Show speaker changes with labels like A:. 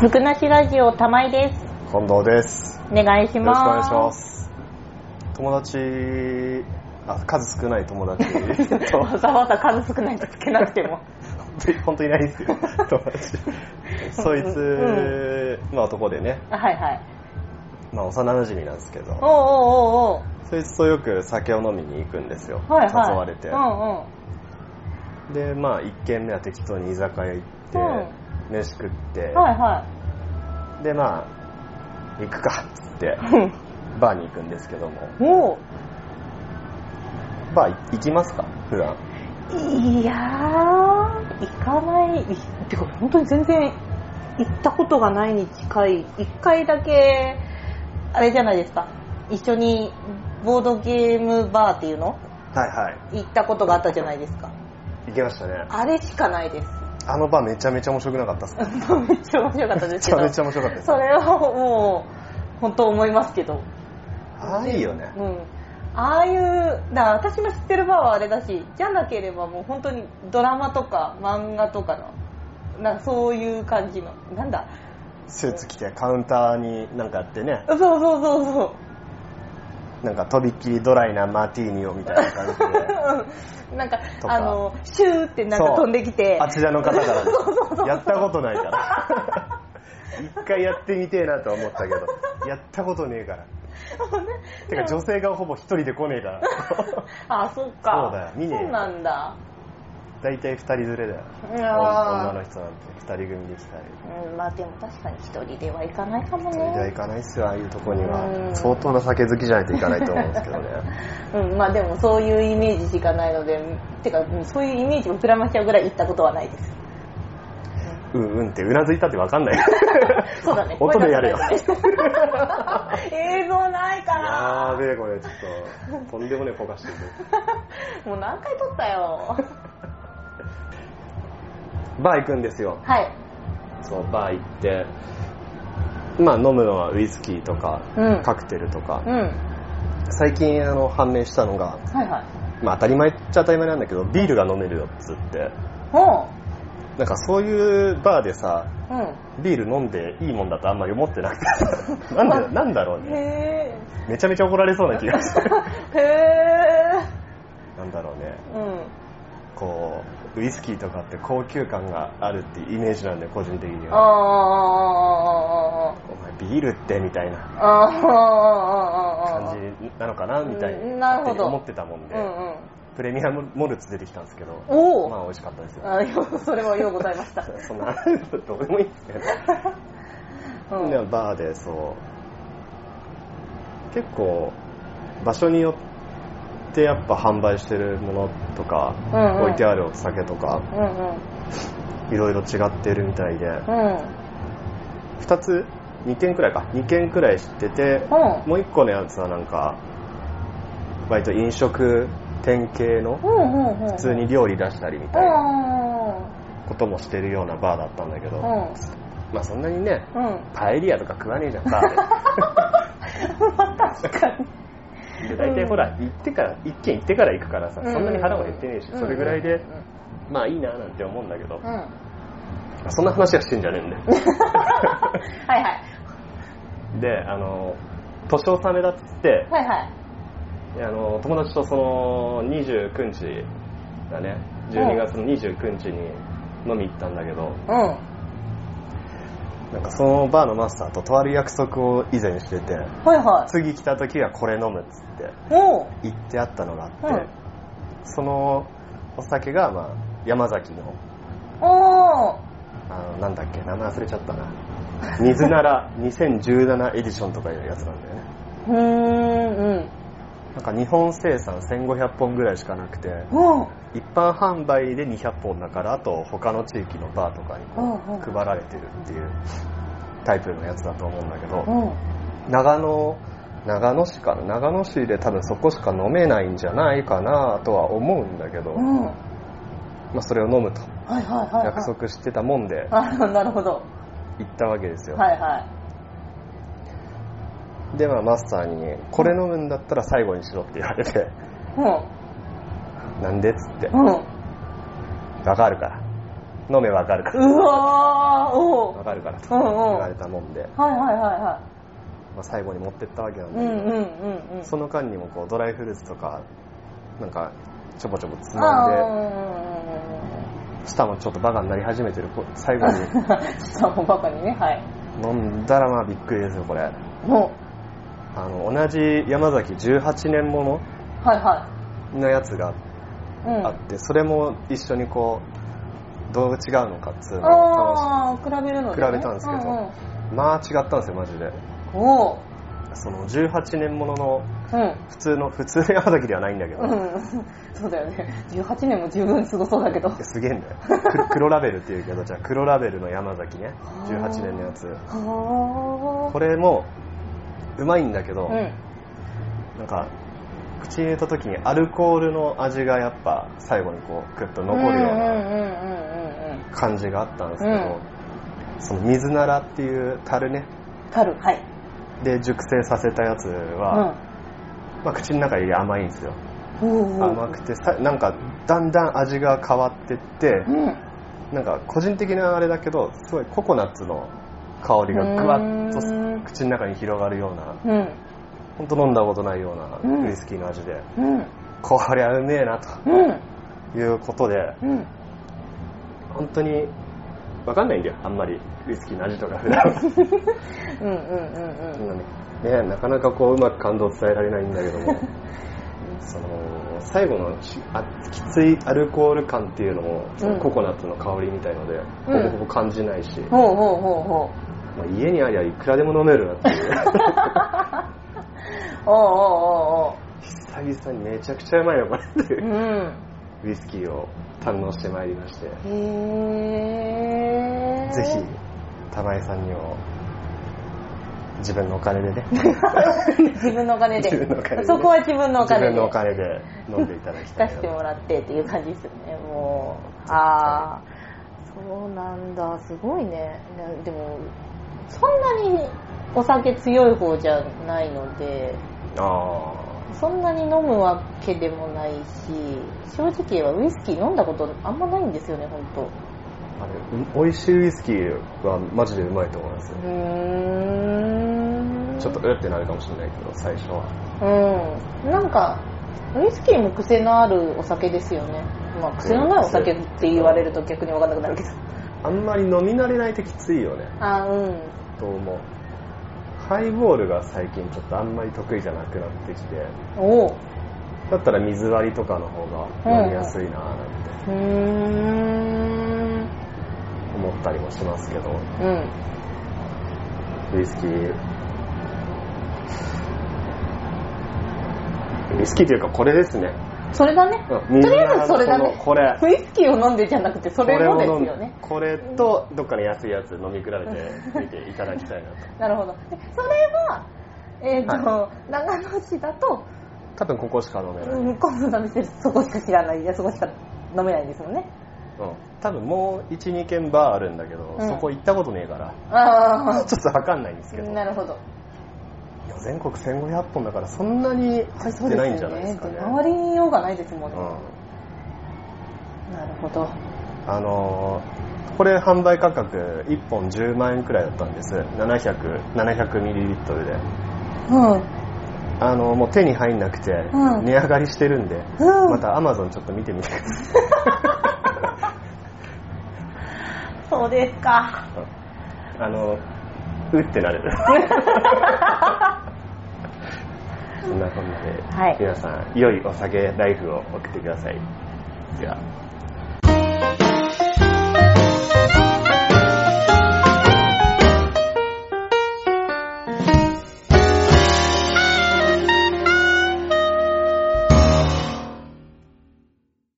A: ずくなしラジオ玉井です
B: 近藤です。
A: お願いし
B: よろしくお願
A: ま
B: い
A: す
B: します。友達、あ、数少ない友達 と、
A: わざわざ数少ないとつけなくても
B: 本当いないんですよ、友達。そいつ、まあ男でね、
A: あ はいはい
B: まあ幼馴染なんですけ
A: おう
B: ど、
A: おうおう
B: そいつとよく酒を飲みに行くんですよ、
A: おうはいはい
B: 誘われて
A: うん。うん
B: で、まあ一軒目は適当に居酒屋行って、飯食って、
A: はいは
B: で、まあ、行くかっつって、
A: いうん
B: バーに行くんですけども、
A: おう
B: バー行きますか普段。
A: いやー行かないいてか本当に全然行ったことがないに近い一回だけあれじゃないですか一緒にボードゲームバーっていうの
B: はいはい。
A: 行ったことがあったじゃないですか
B: 行けましたね。
A: あれしかないです
B: あのバーめちゃめちゃ面白くなかったっすね。
A: めっちゃ面白かったで
B: め
A: す
B: ち
A: け
B: ゃ
A: ど
B: めちゃ面白かったです
A: そ。れはもう本当思いますけど、
B: はいよね
A: う。ん、ああいうだから私の知ってるバーはあれだしじゃなければもう本当にドラマとか漫画とかのなんかそういう感じのなんだ
B: スーツ着てカウンターになんかあってね、
A: そうそうそうそう
B: なんかとびっきりドライなマーティーニをみたいな感じ で、
A: うんなんか
B: とか
A: あのシューってなんか飛んできて
B: あちらの方からね
A: そうそうそうそう
B: やったことない から。一回やってみてえなとは思ったけど、やったことねえから。てか女性がほぼ一人で来ねえから。
A: あそっか
B: そうだよ見ねえよ
A: そうなんだ
B: 大体二人連れだよ。
A: いやー
B: 女の人なんて二人組で来たり。
A: うんまあでも確かに一人では行かないかも
B: 一人では行
A: ね
B: かないっすよ、ああいうとこに
A: う
B: は。
A: ん
B: 相当な酒好きじゃないと行かないと思うんですけどね。
A: うんまあでもそういうイメージしかないのでてかうんそういうイメージを膨らましちゃうぐらい行ったことはないです
B: うんうんってうなずいたって分かんない
A: そうだね。
B: 音でやれよ
A: 声出さないとね映像ないから。
B: やーべえこれちょっととんでもねえ焦がしてる
A: もう何回撮ったよ。
B: バー行くんですよ
A: はい。
B: そうバー行ってまあ飲むのはウイスキーとか、
A: うん
B: カクテルとか、
A: うん。はい
B: 最近あの判明したのが、
A: はい。
B: まあ、当たり前っちゃ当たり前なんだけどビールが飲めるよっつって
A: ほ
B: なんかそういうバーでさ
A: う。
B: ビール飲んでいいもんだとあんまり思ってなく てなんだなんだろう
A: うん。
B: ね
A: へ
B: めちゃめちゃ怒られそうな気がして
A: え。へ
B: なんだろうね
A: え。うん。
B: こうウイスキーとかって高級感があるっていうイメージなんで個人的に
A: あ
B: は
A: あ。
B: お前ビールってみたいな
A: ああ。
B: 感じなのかなみたいに
A: うんなるほど
B: 勝手に思ってたもんで、
A: うんうん。
B: プレミアムモルツ出てきたんですけど
A: おお
B: まあ美味しかったです。よ
A: あよそれはようございました。
B: そんなどうでもいいんですけど、
A: うん。
B: で
A: うん
B: バーでそう結構場所によってやっぱ販売してるものとか、
A: うんうん
B: 置いてあるお酒とか
A: うん。
B: いろいろ違ってるみたいで、
A: うん。
B: 2つ2軒くらいか2軒くらい知ってて、
A: うん
B: もう1個のやつはなんか割と飲食店系の
A: うんうんうん。
B: 普通に料理出したりみ
A: う。
B: たいなん
A: うん。
B: こともしてるようなバーだったんだけど、
A: う
B: まあそんなにね
A: ん。うん。
B: パエリアとか食わねえじゃん バー
A: 確かに。
B: でで大体ほら行ってから一軒行ってから行くからさそんなに腹は減ってねえし、それぐらいでまあいいななんて思うんだけど
A: うん。、はい
B: そんな話はしてんじゃねえん だよ
A: はい。
B: であの年納めだっつって
A: はいはい。
B: あの友達とその29日だね12月の29日に飲み行ったんだけど
A: うん。
B: なんかそのバーのマスターととある約束を以前してて
A: はいはい。
B: 次来た時はこれ飲むっつって
A: おう。
B: 言ってあったのがあっ
A: う
B: て、
A: ん
B: そのお酒が、まあ、山崎の
A: おう。
B: あのなんだっけ名前忘れちゃったな水なら2017エディションとかいうやつなんだよね
A: うーん。うん。
B: なんか日本生産1500本ぐらいしかなくて
A: うん。
B: 一般販売で200本だからあと他の地域のバーとかにこ
A: うんうん
B: う配られてるっていうタイプのやつだと思うんだけど
A: うん。
B: 長野長野市かな長野市で多分そこしか飲めないんじゃないかなとは思うんだけど、
A: うん。
B: まあ、それを飲むと
A: はいはいはい。
B: 約。束してたもんで
A: あなるほど。
B: 行ったわけですよ、
A: はいは
B: でまあマスターに「これ飲むんだったら最後にしろ」って言われて
A: い。
B: 「なんで?」っつって
A: うん。うん。
B: 「わかるから飲めわかるから
A: うわーおう
B: わかるからと
A: うんうん
B: 言われたもんで、
A: はいはいはいは
B: まあ、最後に持ってったわけなん
A: い
B: だ
A: う
B: け
A: ん
B: ど、
A: うんうんうん
B: その間にもこうドライフルーツとかなんかちょぼちょぼつまんで
A: あ
B: 舌もちょっとバカになり始めてるこ最 後に
A: あ下もバカにねはい
B: 飲んだらまあびっくりですよこれ
A: も
B: あの同じ山崎18年も
A: うはいは
B: ののやつが
A: いうん
B: あって、それも一緒にこうどう違うのかっつうのを楽し
A: ああ比べるのね
B: 比べたんですけど
A: ううん
B: まあ違ったんですよマジで
A: おお
B: その18年ものの
A: うん
B: 普通の普通の山崎ではないんだけど、
A: うん、 そうだよね18年も十分すごそうだけど
B: すげえんだよく黒ラベルっていうけどじゃあ黒ラベルの山崎ね18年のやつ
A: は
B: これもうまいんだけど、
A: あうん
B: なんか口に入れた時にアルコールの味がやっぱ最後にこうグッと残るよう
A: うん
B: な
A: うんうんうんうん
B: 感じがあったんですけど、
A: うん
B: その水ならっていう樽ね
A: タルはい、
B: で熟成させたやつは、まあ、口の中より甘いんですよ
A: うんおー
B: 甘くてさなんかだんだん味が変わってって
A: うん
B: なんか個人的なあれだけどすごいココナッツの香りがぐわっと
A: うん
B: 口の中に広がるような
A: うん
B: 本当飲んだことないよう
A: うん
B: なウイスキーの味で、
A: うん
B: こりゃうめえな
A: うん
B: ということで
A: うん
B: 本当に分かんないんだよあんまりウイスキーの味とか普段
A: うんうんうんうん
B: ねなかなかこううまく感動を伝えられないんだけども その最後のしあきついアルコール感っていうのも、そのココナッツの香りみたいのでほぼほぼ感じないし、
A: ほうほうほうほう
B: まあ、家にありゃいくらでも飲めるなっていう
A: おうおうおうお
B: 久々にめちゃくちゃうまいよこれっていうう
A: うん
B: ウイスキーを堪能してまいりまして、
A: へえ
B: ぜひ玉井さんにも自分のお金でね
A: 自分のお金で
B: 自分のお金で
A: そこは自 分のお
B: 自
A: 金で
B: 分のお金で飲んでいただきた
A: 出
B: い
A: し
B: な
A: て
B: と
A: もらってっていう感じですよねもうああそうなんだすごいねねでもそんなにお酒強い方じゃないので
B: あ
A: そんなに飲むわけでもないし正直はウイスキー飲んだことあんまないんですよね本当
B: ーあれう美味しいウイスキーはマジでうまいと思いますよ
A: うーん
B: ちょっとうってなるかもしれないけど最初は
A: うんなんかウイスキーも癖のあるお酒ですよねまあ癖のないお酒って言われると逆に分かんなくなるけど
B: あんまり飲み慣れないときついよね
A: あうん
B: と思うハイボールが最近ちょっとあんまり得意じゃなくなってきて
A: おう
B: だったら水割りとかの方が飲みやすいなーなんて
A: うーん
B: 思ったりもしますけど
A: うん
B: ウイスキーウイスキーというかこれですね
A: それだね
B: うん
A: とりあえずそれだね
B: 水のこのこ
A: ウイスキーを飲んでじゃなくてそれも
B: こ
A: で
B: れ
A: す
B: を飲ん
A: よね
B: これとどっかの安いやつ飲み比べてみていただきたいなと
A: なるほどでそれはえっ、と、長野市だと
B: 多分ここしか飲めない、うん
A: 向こうの店そこしか知らないいやそこしか飲めないんですもんね
B: 多分もう12軒バーあるんだけど、
A: うん
B: そこ行ったことねえから
A: あ
B: ちょっとわかんないんですけど
A: あなるほど
B: いや全国1500本だからそんなに入ってないんじゃないですかね
A: そうよね周りに用がないですもんね、
B: う
A: なるほど
B: ん、あのーこれ販売価格1本10万円くらいだったんです700 700ミリリットルで
A: うん
B: あのもう手に入んなくて、
A: うん
B: 値上がりしてるんで、
A: うん
B: またアマゾンちょっと見てみてください
A: そうですか
B: あのうってな るそんなこんなで、
A: はい
B: 皆さん良いお酒ライフを送ってくださいでは